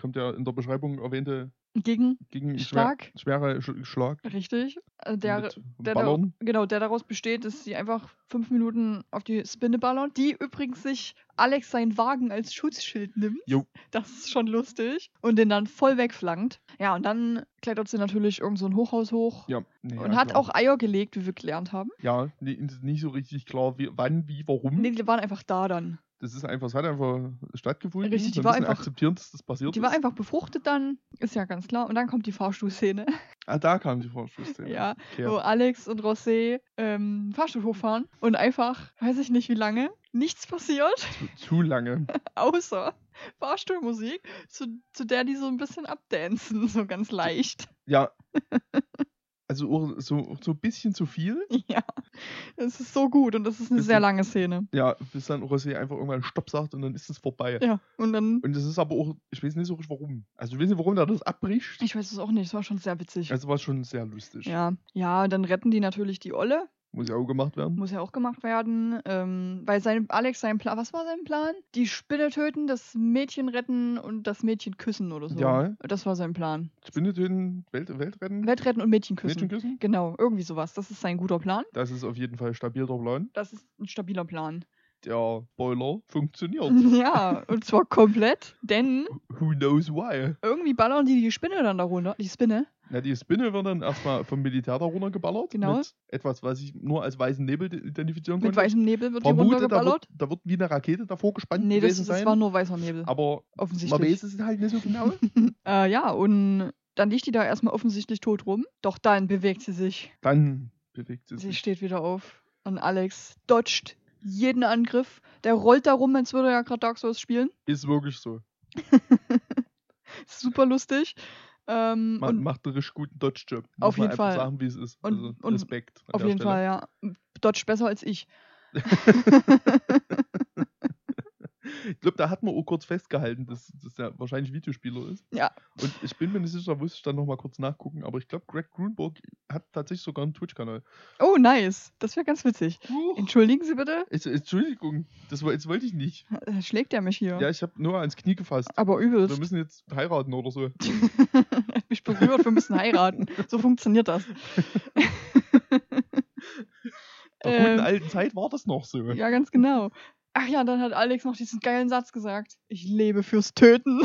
kommt der in der Beschreibung erwähnte Gegen gegen Schlag. schwerer Sch Schlag. Richtig. Also der, mit der da, Ballern. genau, der daraus besteht, dass sie einfach fünf Minuten auf die Spinne ballern, die übrigens sich Alex seinen Wagen als Schutzschild nimmt. Jo. Das ist schon lustig. Und den dann voll wegflankt. Ja, und dann klettert sie natürlich irgend so ein Hochhaus hoch. Ja. Nee, und ja, hat klar. auch Eier gelegt, wie wir gelernt haben. Ja, nee, ist nicht so richtig klar, wie, wann, wie, warum. Nee, die waren einfach da dann. Das ist einfach, es hat einfach stattgefunden. Richtig, die Wir war müssen einfach- akzeptieren, dass das passiert Die ist. war einfach befruchtet dann, ist ja ganz klar. Und dann kommt die Fahrstuhlszene, ah, da kam die Vorschussszene. Ja, Okay. wo Alex und Rosé ähm, Fahrstuhl hochfahren und einfach, weiß ich nicht wie lange, nichts passiert. Zu, also zu lange. außer Fahrstuhlmusik, zu, zu der die so ein bisschen abdancen, so ganz leicht. Ja. Also auch so, auch so ein bisschen zu viel. Ja, es ist so gut und das ist eine Ist sehr die- lange Szene. Ja, bis dann Rosé einfach irgendwann Stopp sagt und dann ist es vorbei. Ja, und dann, Und das ist aber auch, ich weiß nicht so richtig warum. Also ich weiß nicht, warum der das abbricht. ich weiß es auch nicht, es war schon sehr witzig. Also war schon sehr lustig. Ja, ja, und dann retten die natürlich die Olle, Muss ja auch gemacht werden. Muss ja auch gemacht werden, ähm, weil sein Alex sein Plan, was war sein Plan? Die Spinne töten, das Mädchen retten und das Mädchen küssen oder so. Ja. Das war sein Plan. Spinne töten, Welt, Welt retten, Welt retten und Mädchen küssen. Mädchen küssen. Genau, irgendwie sowas. Das ist sein guter Plan. Das ist auf jeden Fall ein stabiler Plan. Das ist ein stabiler Plan. Der Boiler funktioniert. Ja, und zwar komplett, denn Who knows why? irgendwie ballern die die Spinne dann da runter. Die Spinne. Na, die Spinne wird dann erstmal vom Militär da runtergeballert. Genau. Mit etwas, was ich nur als weißen Nebel de- identifizieren Mit konnte. weißem Nebel wird die Vermute, da runtergeballert. wird, da wird wie eine Rakete davor gespannt Nee, das, gewesen das sein. war nur weißer Nebel. aber man Offensichtlich. weiß es halt nicht so genau. Äh, ja, und dann liegt die da erstmal offensichtlich tot rum. Doch dann bewegt sie sich. Dann bewegt sie Sie sich. steht wieder auf und Alex dodgt jeden Angriff. Der rollt da rum, als würde er gerade Dark Souls spielen. Ist wirklich so. Super lustig. Ähm, Man und macht einen richtig guten Dodge-Job. Muss Auf man jeden einfach Fall. sagen, wie es ist. Und- also, und Respekt. an auf der jeden Stelle. Fall, ja. Dodge besser als ich. Ich glaube, da hat man auch kurz festgehalten, dass, dass er wahrscheinlich Videospieler ist. Ja. Und ich bin mir nicht sicher, da muss ich dann nochmal kurz nachgucken, aber ich glaube, Greg Grunberg hat tatsächlich sogar einen Twitch-Kanal. Oh, nice. Das wäre ganz witzig. Huch. Entschuldigen Sie bitte. Es- Entschuldigung, das, wo- jetzt wollte ich nicht. Äh, Schlägt er mich hier. Ja, ich habe nur ans Knie gefasst. Aber Wir übelst. müssen jetzt heiraten oder so. hat mich berührt, wir müssen heiraten. So funktioniert das. Der guten Ähm. alten Zeit war das noch so. Ja, ganz genau. Ach ja, dann hat Alex noch diesen geilen Satz gesagt. Ich lebe fürs Töten.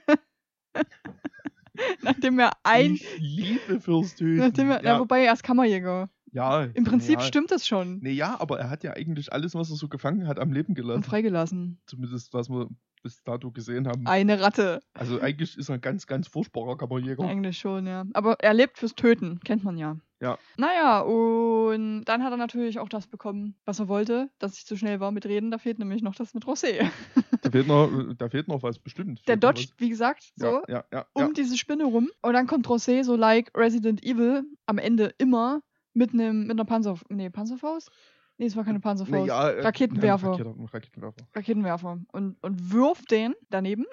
Nachdem er ein. Ich liebe fürs Töten. Nachdem er, Na, ja, wobei er ist Kammerjäger. ja, Im Prinzip ja. stimmt das schon. Nee, ja, aber er hat ja eigentlich alles, was er so gefangen hat, am Leben Und gelassen. freigelassen. Zumindest, was wir bis dato gesehen haben. Eine Ratte. Also eigentlich ist er ein ganz, ganz furchtbarer Kammerjäger. Eigentlich schon, ja. Aber er lebt fürs Töten, kennt man ja. Ja. Naja, und dann hat er natürlich auch das bekommen, was er wollte, dass ich zu schnell war mit Reden. Da fehlt nämlich noch das mit Rosé. Da fehlt noch, da fehlt noch was, bestimmt. Der Fehlt noch dodgt, wie gesagt, was. so Ja, ja, ja. um ja. diese Spinne rum. Und dann kommt Rosé, so like Resident Evil, am Ende immer mit einem mit einer Panzer... Nee, Panzerfaust? Nee, es war keine Panzerfaust. Nee, ja, äh, Raketenwerfer. nein, Rakete- Raketenwerfer. Raketenwerfer. Und, und wirft den daneben.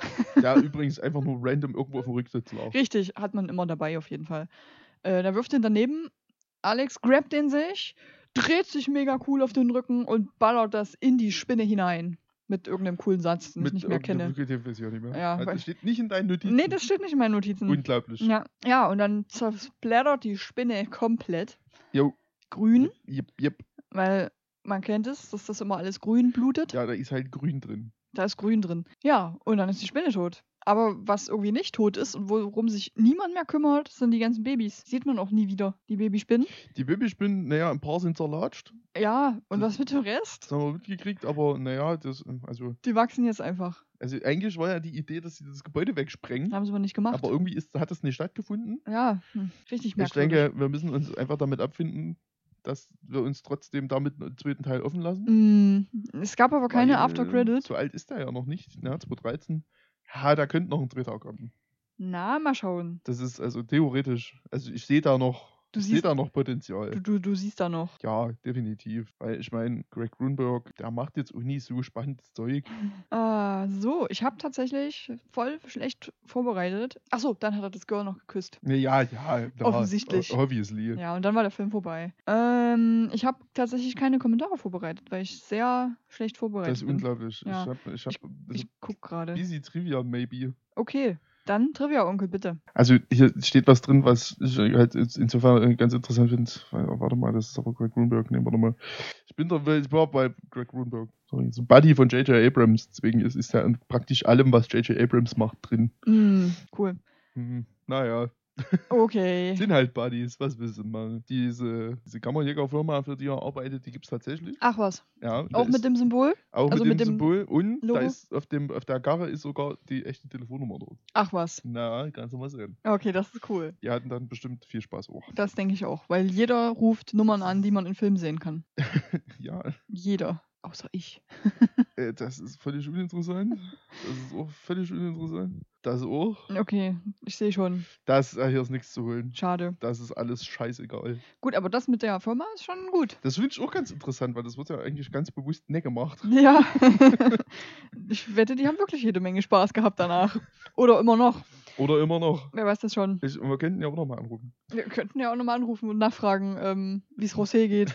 Ja, übrigens einfach nur random irgendwo auf dem Rücksitz lag. Richtig, hat man immer dabei auf jeden Fall. Äh, da wirft den daneben. Alex grabt den sich, dreht sich mega cool auf den Rücken und ballert das in die Spinne hinein. Mit irgendeinem coolen Satz, den ich nicht mehr irgendeiner kenne. Brücke, den weiß ich auch nicht mehr. Ja, also, weil- das steht nicht in deinen Notizen. Nee, das steht nicht in meinen Notizen. Unglaublich. ja, ja, und dann zersplattert die Spinne komplett. Jo. Grün, Jep, jep. weil man kennt es, dass das immer alles grün blutet. Ja, da ist halt grün drin. Da ist grün drin. Ja, und dann ist die Spinne tot. Aber was irgendwie nicht tot ist und worum sich niemand mehr kümmert, sind die ganzen Babys. Sieht man auch nie wieder, die Babyspinnen. Die Babyspinnen, naja, ein paar sind zerlatscht. Ja, und Das- was mit dem Rest? Das haben wir mitgekriegt, aber naja, das, ähm, also, Die wachsen jetzt einfach. also eigentlich war ja die Idee, dass sie das Gebäude wegsprengen. Haben sie aber nicht gemacht. Mhm. Aber irgendwie ist, hat das nicht stattgefunden. ja, hm, richtig Ich merkwürdig. denke, wir müssen uns einfach damit abfinden, dass wir uns trotzdem damit einen zweiten Teil offen lassen. Mm, es gab aber keine Weil, äh, After Credit. So alt ist er ja noch nicht, ne? 2013. Ja, da könnte noch ein dritter kommen. Na, mal schauen. Das ist also theoretisch. Also ich sehe da noch, Du ich sehe siehst- da noch Potenzial. Du, du, du siehst da noch. ja, definitiv. Weil ich meine, Greg Grunberg, der macht jetzt auch nie so spannendes Zeug. Ah, so, ich habe tatsächlich voll schlecht vorbereitet. Achso, dann hat er das Girl noch geküsst. Nee, Ja, ja, ja Offensichtlich. o- Obviously. Ja, und dann war der Film vorbei. Ähm, ich habe tatsächlich keine Kommentare vorbereitet, weil ich sehr schlecht vorbereitet Das ist bin. unglaublich. Ja. Ich habe ich hab, also Ich äh guck gerade. busy Trivia, maybe. Okay, dann Trivia-Onkel, bitte. Also hier steht was drin, was ich halt jetzt insofern äh, ganz interessant finde. Weil- oh, Warte mal, das ist aber Greg Grunberg. Nee, warte mal. Ich bin doch ich war bei Greg Grunberg. Sorry. So ein Buddy von J.J. Abrams. Deswegen ist, ist er in praktisch allem, was J.J. Abrams macht, drin. Mm, cool. Hm, naja, Okay. sind halt Buddies. Was willst du mal? Diese, diese Kammerjägerfirma, für die er arbeitet, die gibt's tatsächlich. Ach was. Ja, und da Auch ist, mit dem Symbol? auch also mit mit dem dem Symbol. Und da Logo? ist auf, dem, auf der Karre ist sogar die echte Telefonnummer drauf. Ach was. Na, kannst du mal sehen. Okay, das ist cool. Die hatten dann bestimmt viel Spaß auch. Das denke ich auch, weil jeder ruft Nummern an, die man in Filmen sehen kann. Ja, Jeder. Außer ich. Äh, Das ist völlig uninteressant. Das ist auch völlig uninteressant. Das auch. Okay, ich sehe schon. Das, äh, hier ist nichts zu holen. Schade. Das ist alles scheißegal. Gut, aber das mit der Firma ist schon gut. Das finde ich auch ganz interessant, weil das wird ja eigentlich ganz bewusst nicht gemacht. Ja. ich wette, die haben wirklich jede Menge Spaß gehabt danach. Oder immer noch. Oder immer noch. Wer weiß das schon. Ich, wir könnten ja auch nochmal anrufen. Wir könnten ja auch nochmal anrufen und nachfragen, ähm, wie es Rosé geht.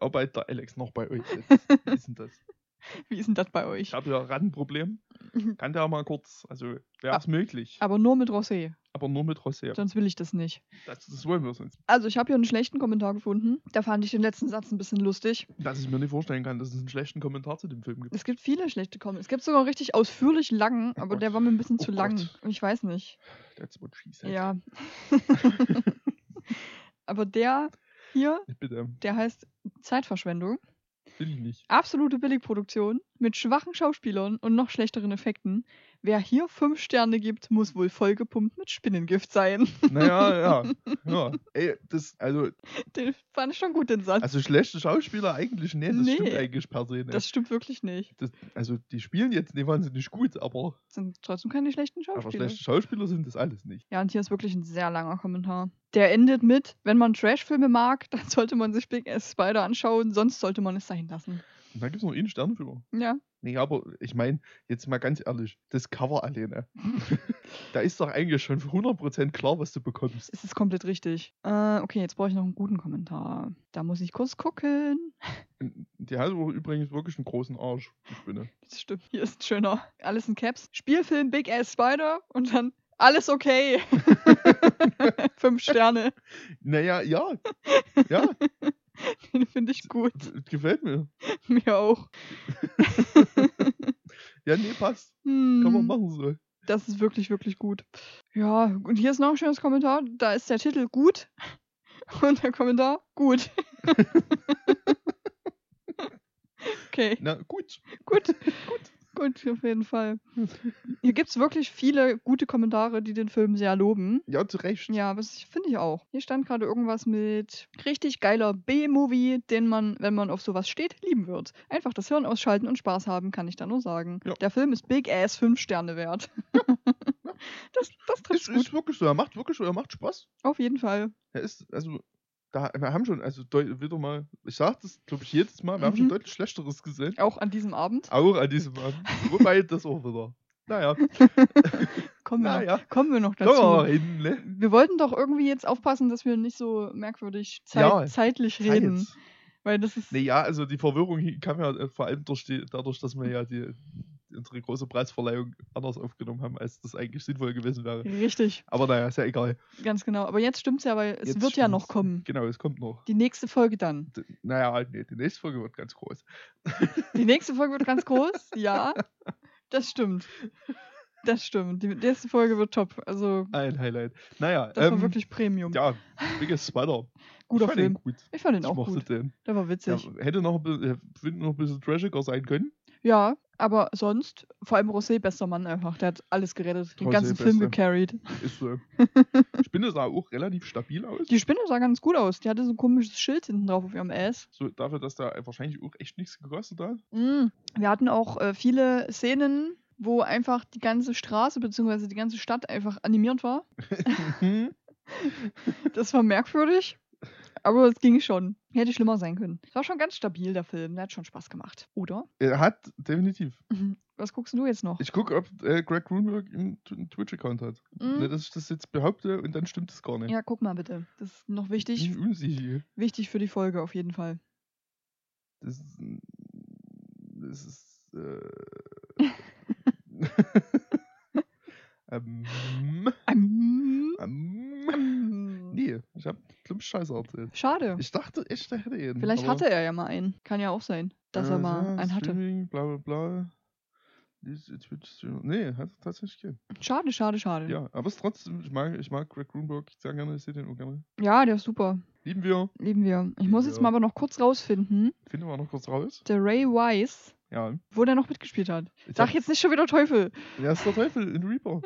Arbeitet der Alex noch bei euch jetzt? Wie ist denn das? Wie ist denn das bei euch? Ich habe ja Randproblem. Kann der mal kurz, also wäre es möglich. Aber nur mit Rosé. Aber nur mit Rosé. Sonst will ich das nicht. Das, das wollen wir sonst. Also, ich habe hier einen schlechten Kommentar gefunden. Da fand ich den letzten Satz ein bisschen lustig. Dass ich mir nicht vorstellen kann, dass es einen schlechten Kommentar zu dem Film gibt. Es gibt viele schlechte Kommentare. Es gibt sogar einen richtig ausführlich langen, aber der war mir ein bisschen Oh zu Gott. lang. Ich weiß nicht. That's what she said. Ja. aber der hier, Bitte, der heißt Zeitverschwendung. will ich nicht. Absolute Billigproduktion mit schwachen Schauspielern und noch schlechteren Effekten. Wer hier fünf Sterne gibt, muss wohl vollgepumpt mit Spinnengift sein. Naja, ja. ja. Ey, das, also, Den fand ich schon gut, den Satz. also ne. schlechte Schauspieler eigentlich nicht. Das Nee. stimmt eigentlich per se nicht. Das stimmt wirklich nicht. Das, also, die spielen jetzt nicht wahnsinnig gut, aber, Sind trotzdem keine schlechten aber Schauspieler. schlechte Schauspieler sind das alles nicht. Ja, und hier ist wirklich ein sehr langer Kommentar. Der endet mit, wenn man Trash-Filme mag, dann sollte man sich Big Ass Spider anschauen, sonst sollte man es sein lassen. Und dann gibt es noch einen Stern für. Ja, Nee, aber ich meine, jetzt mal ganz ehrlich, das Cover alleine. da ist doch eigentlich schon 100% klar, was du bekommst. es ist komplett richtig. Äh, okay, jetzt brauche ich noch einen guten Kommentar. Da muss ich kurz gucken. Die hat aber übrigens wirklich einen großen Arsch, die Spinne. Das stimmt, hier ist ein schöner. Alles in Caps. Spielfilm Big Ass Spider und dann alles okay. Fünf Sterne. Naja, ja. Ja, Den finde ich gut. g- gefällt mir. Mir auch. Ja, nee, passt. Hm. Kann man machen so. Das ist wirklich, wirklich gut. Ja, und hier ist noch ein schönes Kommentar. Da ist der Titel gut und der Kommentar gut. okay, Na, gut. gut. gut. Gut, auf jeden Fall. Hier gibt es wirklich viele gute Kommentare, die den Film sehr loben. Ja, zu Recht. Ja, das finde ich auch. Hier stand gerade irgendwas mit richtig geiler B-Movie, den man, wenn man auf sowas steht, lieben wird. Einfach das Hirn ausschalten und Spaß haben, kann ich da nur sagen. Ja. Der Film ist Big Ass 5 Sterne wert. das, das trifft Ist, gut. ist wirklich so. Er macht wirklich so, er macht Spaß. Auf jeden Fall. Er ist, also, da, wir haben schon, also deut- wieder mal, ich sag das, glaube ich, jedes Mal, wir haben Mhm. schon deutlich Schlechteres gesehen. Auch an diesem Abend. Auch an diesem Abend. Wobei das auch wieder. Naja, Genau. Kommen wir, Ah, ja. noch, kommen wir noch kommen dazu. wir mal hin, ne? Wir wollten doch irgendwie jetzt aufpassen, dass wir nicht so merkwürdig zeit Ja. zeitlich reden. Zeit. Weil das ist. Nee, ja, also die Verwirrung hi- kam ja äh, vor allem durch die, dadurch, dass wir ja die, unsere große Preisverleihung anders aufgenommen haben, als das eigentlich sinnvoll gewesen wäre. Richtig, Aber naja, ist ja egal. ganz genau. Aber jetzt stimmt's ja, weil es Jetzt wird ja noch stimmt's. kommen. Genau, es kommt noch. Die nächste Folge dann. D- Naja, nee, die nächste Folge wird ganz groß. Die nächste Folge wird ganz groß, ja. Das stimmt. Das stimmt. Die nächste Folge wird top. Also, Ein Highlight. Naja, das war ähm, wirklich Premium. ja, Biggest Spider. Guter ich fand Film. Den gut. Ich fand den Ich auch mochte gut. den. Der war Ja, witzig. hätte noch ein, bisschen, äh, finde noch ein bisschen trashiger sein können. Ja. aber sonst, vor allem Rosé, bester Mann einfach. Der hat alles gerettet. Den Rosé, ganzen Film bester. gecarried. Ist so. ich finde, sah auch relativ stabil aus. Die Spinne sah ganz gut aus. Die hatte so ein komisches Schild hinten drauf auf ihrem Ass. So, dafür, dass da wahrscheinlich auch echt nichts gekostet hat. Mm. Wir hatten auch äh, viele Szenen, wo einfach die ganze Straße bzw. die ganze Stadt einfach animiert war. Mhm. Das war merkwürdig, aber es ging schon. Hätte schlimmer sein können. Es war schon ganz stabil, der Film. Der hat schon Spaß gemacht. Oder? er hat definitiv. Was guckst du jetzt noch? Ich gucke, ob äh, Greg Grunberg einen Tw- einen Twitch-Account hat. Mhm. Ne, dass ich das jetzt behaupte und dann stimmt es gar nicht. Mhm. Ja, guck mal bitte. Das ist noch ich wichtig. bin unsicher. Wichtig für die Folge auf jeden Fall. Das ist. Das ist. Äh, ähm, Ähm, ähm, ähm. nee, ich habe plump Scheiße erzählt. Schade. Ich dachte echt, er hätte ihn. Vielleicht aber- hatte er ja mal einen. Kann ja auch sein, dass er Äh, mal ja, einen hatte. Streaming, bla bla bla. Dies- Twitch- Nee, hat er tatsächlich keinen. Schade, schade, schade. Ja, aber es ist trotzdem, ich mag, ich mag Greg Grunberg sehr gerne, ich sehe den auch gerne. Ja, der ist super. Lieben wir. Lieben wir. Ich muss Ja. jetzt mal aber noch kurz rausfinden, Finden wir noch kurz raus. der Ray Wise, Ja. wo der noch mitgespielt hat. Ich Sag jetzt nicht schon wieder Teufel. Ja, ist der Teufel in Reaper.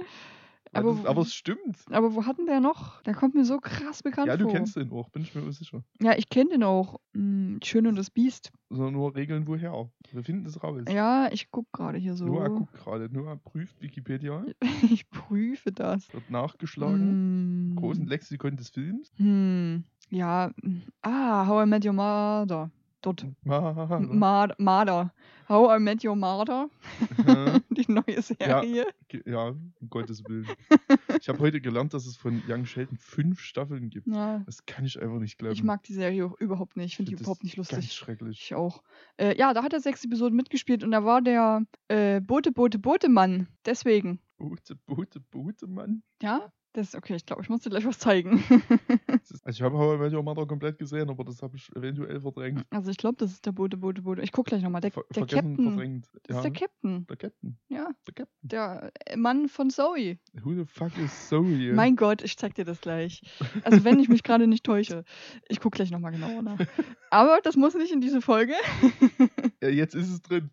Aber Aber, das, wo- aber es stimmt. Aber wo hatten der noch? Der kommt mir so krass bekannt Ja, du vor. kennst den auch, bin ich mir sicher. Ja, ich kenne den auch. Hm, Schön und das Biest. Sondern Also nur Regeln woher. Wir finden es raus. Ja, ich gucke gerade hier so. Noah guckt gerade. Noah prüft Wikipedia, ich prüfe das. wird nachgeschlagen. Hm. Großen Lexikon des Films. Hm. Ja. hm. Ah, How I Met Your Mother. Dort. Ma- Mad- Marder. How I Met Your Mother. die neue Serie. Ge- Ja, um Gottes Willen. Ich habe heute gelernt, dass es von Young Sheldon fünf Staffeln gibt. Ja. Das kann ich einfach nicht glauben. Ich mag die Serie auch überhaupt nicht. Ich finde die Ähm, Das ist überhaupt nicht Ganz lustig. schrecklich. Ich auch. Äh, ja, da hat er sechs Episoden mitgespielt und da war der äh, Bote, Bote, Bote-Mann. Deswegen. Boote, Boote, Boote, Mann. Ja? Das, okay, ich glaube, ich muss dir gleich was zeigen. Das ist- Also ich habe How I Met Your Mother komplett gesehen, aber das habe ich eventuell verdrängt. also ich glaube, das ist der Bote, Bote, Bote. Ich gucke gleich nochmal. Der, Ver der vergessen, Captain. verdrängt. Das ja, ist der Captain. der Captain. Ja, Der Captain. der äh, Mann von Zoe. Who the fuck is Zoe? Mein Gott, ich zeig dir das gleich. Also wenn ich mich gerade nicht täusche. Ich gucke gleich nochmal genauer nach. Aber das muss nicht in diese Folge. ja, jetzt ist es drin.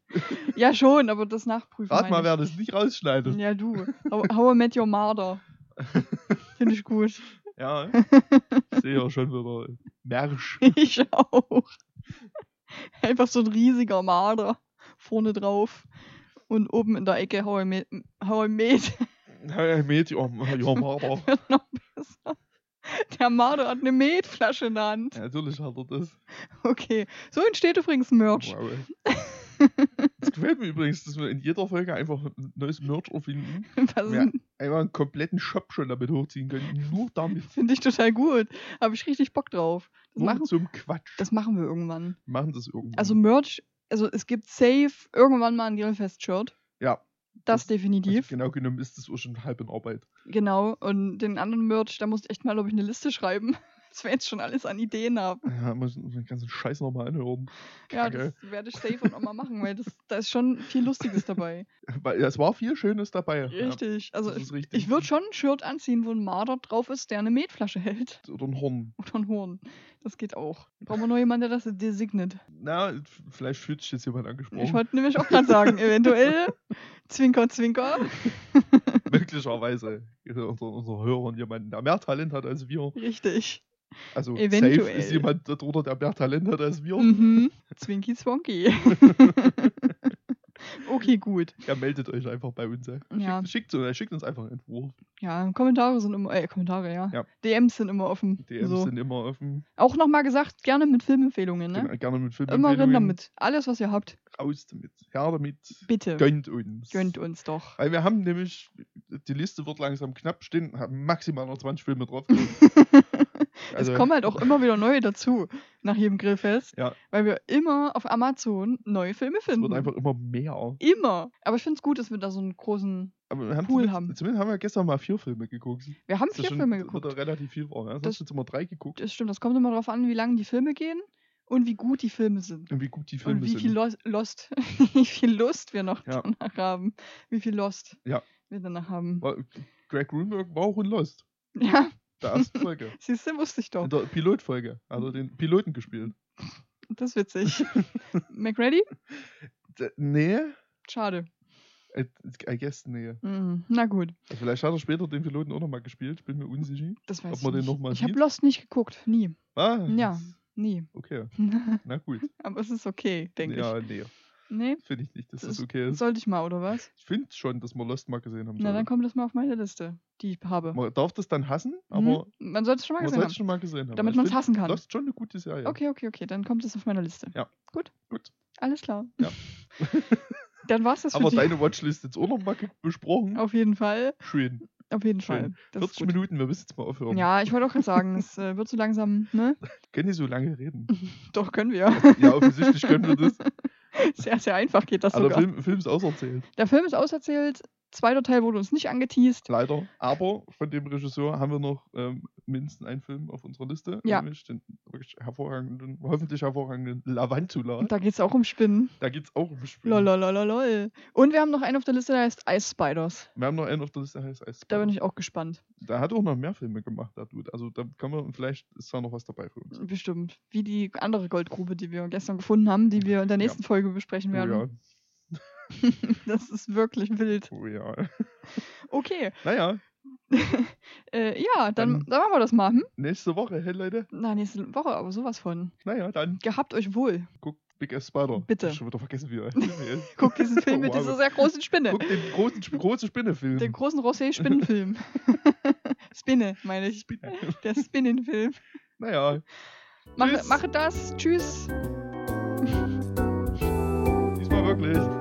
Ja schon, aber das Nachprüfen. Rat mal, meine wer das nicht rausschneidet. Ja, du. How, how I Met Your Mother. Finde ich gut. Ja. Ich sehe ja schon wieder äh, Märsch. Ich auch. Einfach so ein riesiger Marder vorne drauf und oben in der Ecke How I Met. How I Met How I Met Your, your Mother. wird noch besser. Der Marder hat eine Metflasche in der Hand. Ja, natürlich hat er das. Okay, so entsteht übrigens Merch. Wow. Das gefällt mir übrigens, dass wir in jeder Folge einfach ein neues Merch erfinden. Das Ja. Einfach einen kompletten Shop schon damit hochziehen können. Nur damit. finde ich total gut. Habe ich richtig Bock drauf. Das Nur machen, mit so einem Quatsch. das machen wir irgendwann. machen das irgendwann. Also Merch, also es gibt safe irgendwann mal ein Grillfest-Shirt. ja, Das Das- also definitiv. genau genommen ist das auch schon halb in Arbeit. Genau, und den anderen Merch, da muss ich echt mal, glaube ich, eine Liste schreiben, was wir jetzt schon alles an Ideen haben. Ja, muss muss den ganzen Scheiß nochmal anhören. Ja, Kacke. das werde ich safe und auch mal machen, weil das, da ist schon viel Lustiges dabei. Weil es war viel Schönes dabei. Richtig. Ja, Also das ich, ist richtig. ich würde schon ein Shirt anziehen, wo ein Marder drauf ist, der eine Metflasche hält. Oder ein Horn. Oder ein Horn. Das geht auch. Brauchen wir nur jemanden, der das designet. Na, vielleicht fühlt sich jetzt jemand angesprochen. Ich wollte nämlich auch gerade sagen, eventuell. Zwinker, zwinker. Möglicherweise unser, unser Hörern jemanden, der mehr Talent hat als wir. Richtig. Also safe Eventuell. ist jemand darunter, der mehr Talent hat als wir. Mhm. Zwinky, zwonky. okay, gut. Ja, meldet euch einfach bei uns. ey. Ja. Schickt, schickt, so- schickt uns einfach einen Entwurf. Ja, Kommentare sind immer, äh, Kommentare, ja. Ja. DMs sind immer offen. DMs so. sind immer offen. Auch nochmal gesagt, gerne mit Filmempfehlungen, ne? Gen- Gerne mit Filmen. Immer rein damit. Alles, was ihr habt, Raus damit. Her damit. bitte. Gönnt, Gönnt uns. uns doch. Weil wir haben nämlich, die Liste wird langsam knapp stehen, haben maximal noch 20 Filme drauf. es kommen halt auch immer wieder neue dazu nach jedem Grillfest, Also Ja. weil wir immer auf Amazon neue Filme es finden. wird einfach immer mehr. Aber immer. Aber ich finde es gut, dass wir da so einen großen. wir Pool haben zumindest, haben. zumindest haben wir gestern mal vier Filme geguckt. Wir haben Das vier schon- Filme das geguckt. Wird ja relativ viel war. Ja? Sonst Das- jetzt immer drei geguckt. Das stimmt, das kommt immer darauf an, wie lange die Filme gehen und wie gut die Filme sind. Und wie gut die Filme und wie sind. viel Lost, Lost wie viel Lust wir noch Ja. danach haben. Wie viel Lost Ja. wir danach haben. War- Greg Grunberg war auch in Lost. Ja, Der ersten Folge. siehst du, wusste ich doch. In der Pilotfolge. Hat er den Piloten gespielt. Das ist witzig. McReady? D nee. Schade. I Äh, I guess nee. Mhm. Na gut, Vielleicht hat er später den Piloten auch nochmal gespielt. Ich bin mir unsicher. das weiß Ob ich man den nicht. noch mal ich habe sieht? Lost nicht geguckt, nie. Ah, Ja. Nie. Okay. Na gut. Aber es ist okay, denke ja, nee. ich. Nee, Finde ich nicht, dass Das das okay ist. sollte ich mal, oder was? Ich finde schon, dass wir Lost mal gesehen haben. Na, dann sollte. kommt das mal auf meine Liste, die ich habe. man darf das dann hassen, aber Mhm. man sollte es schon mal man gesehen sollte haben, es schon mal gesehen haben. damit Ich man es find hassen kann. Lost schon eine gute Serie. Okay, okay, okay, dann kommt es auf meiner Liste. Ja. Gut. Gut. Alles klar. Ja. dann war's das für Aber dich. deine Watchlist jetzt auch nochmal besprochen. Auf jeden Fall. Schön. Auf jeden Schön. Fall. Das ist 40 gut. Minuten, wir müssen jetzt mal aufhören. Ja, ich wollte auch gerade sagen, es äh, wird so langsam, ne? Können die so lange reden? Doch, können wir. ja, offensichtlich können wir das. Sehr, sehr einfach geht das Aber der sogar. Also Film, Film ist auserzählt. Der Film ist auserzählt. Zweiter Teil wurde uns nicht angeteased. Leider. Aber von dem Regisseur haben wir noch ähm, mindestens einen Film auf unserer Liste. Ja. Nämlich den wirklich hervorragenden, hoffentlich hervorragenden Lavantula. Und da geht es auch um Spinnen. Da geht es auch um Spiel. Lololololol. Und wir haben noch einen auf der Liste, der heißt Ice Spiders. Wir haben noch einen auf der Liste, der heißt Ice Da bin Spider. ich auch gespannt. Da hat auch noch mehr Filme gemacht, der Dude. Also da kann man, vielleicht ist da noch was dabei für uns. Bestimmt. Wie die andere Goldgrube, die wir gestern gefunden haben, die wir in der nächsten Folge besprechen Oh ja, werden. Das ist wirklich wild. oh ja. Okay. Naja, Äh, ja, dann, Dann- dann machen wir das mal. Hm? nächste Woche, hey Leute. Na, nächste Woche, aber sowas von. Naja, dann Gehabt euch wohl. guckt Big F Spider. Bitte. Hab ich schon wieder vergessen, wie er heißt. Guckt diesen Film mit Wow. dieser sehr großen Spinne. Oh, also Guckt den großen, Sp- großen Spinnefilm. Den großen Rosé-Spinnenfilm. Spinne, meine ich. Der Spinnenfilm. naja. Mache, Tschüss. mache das. Tschüss. Diesmal wirklich.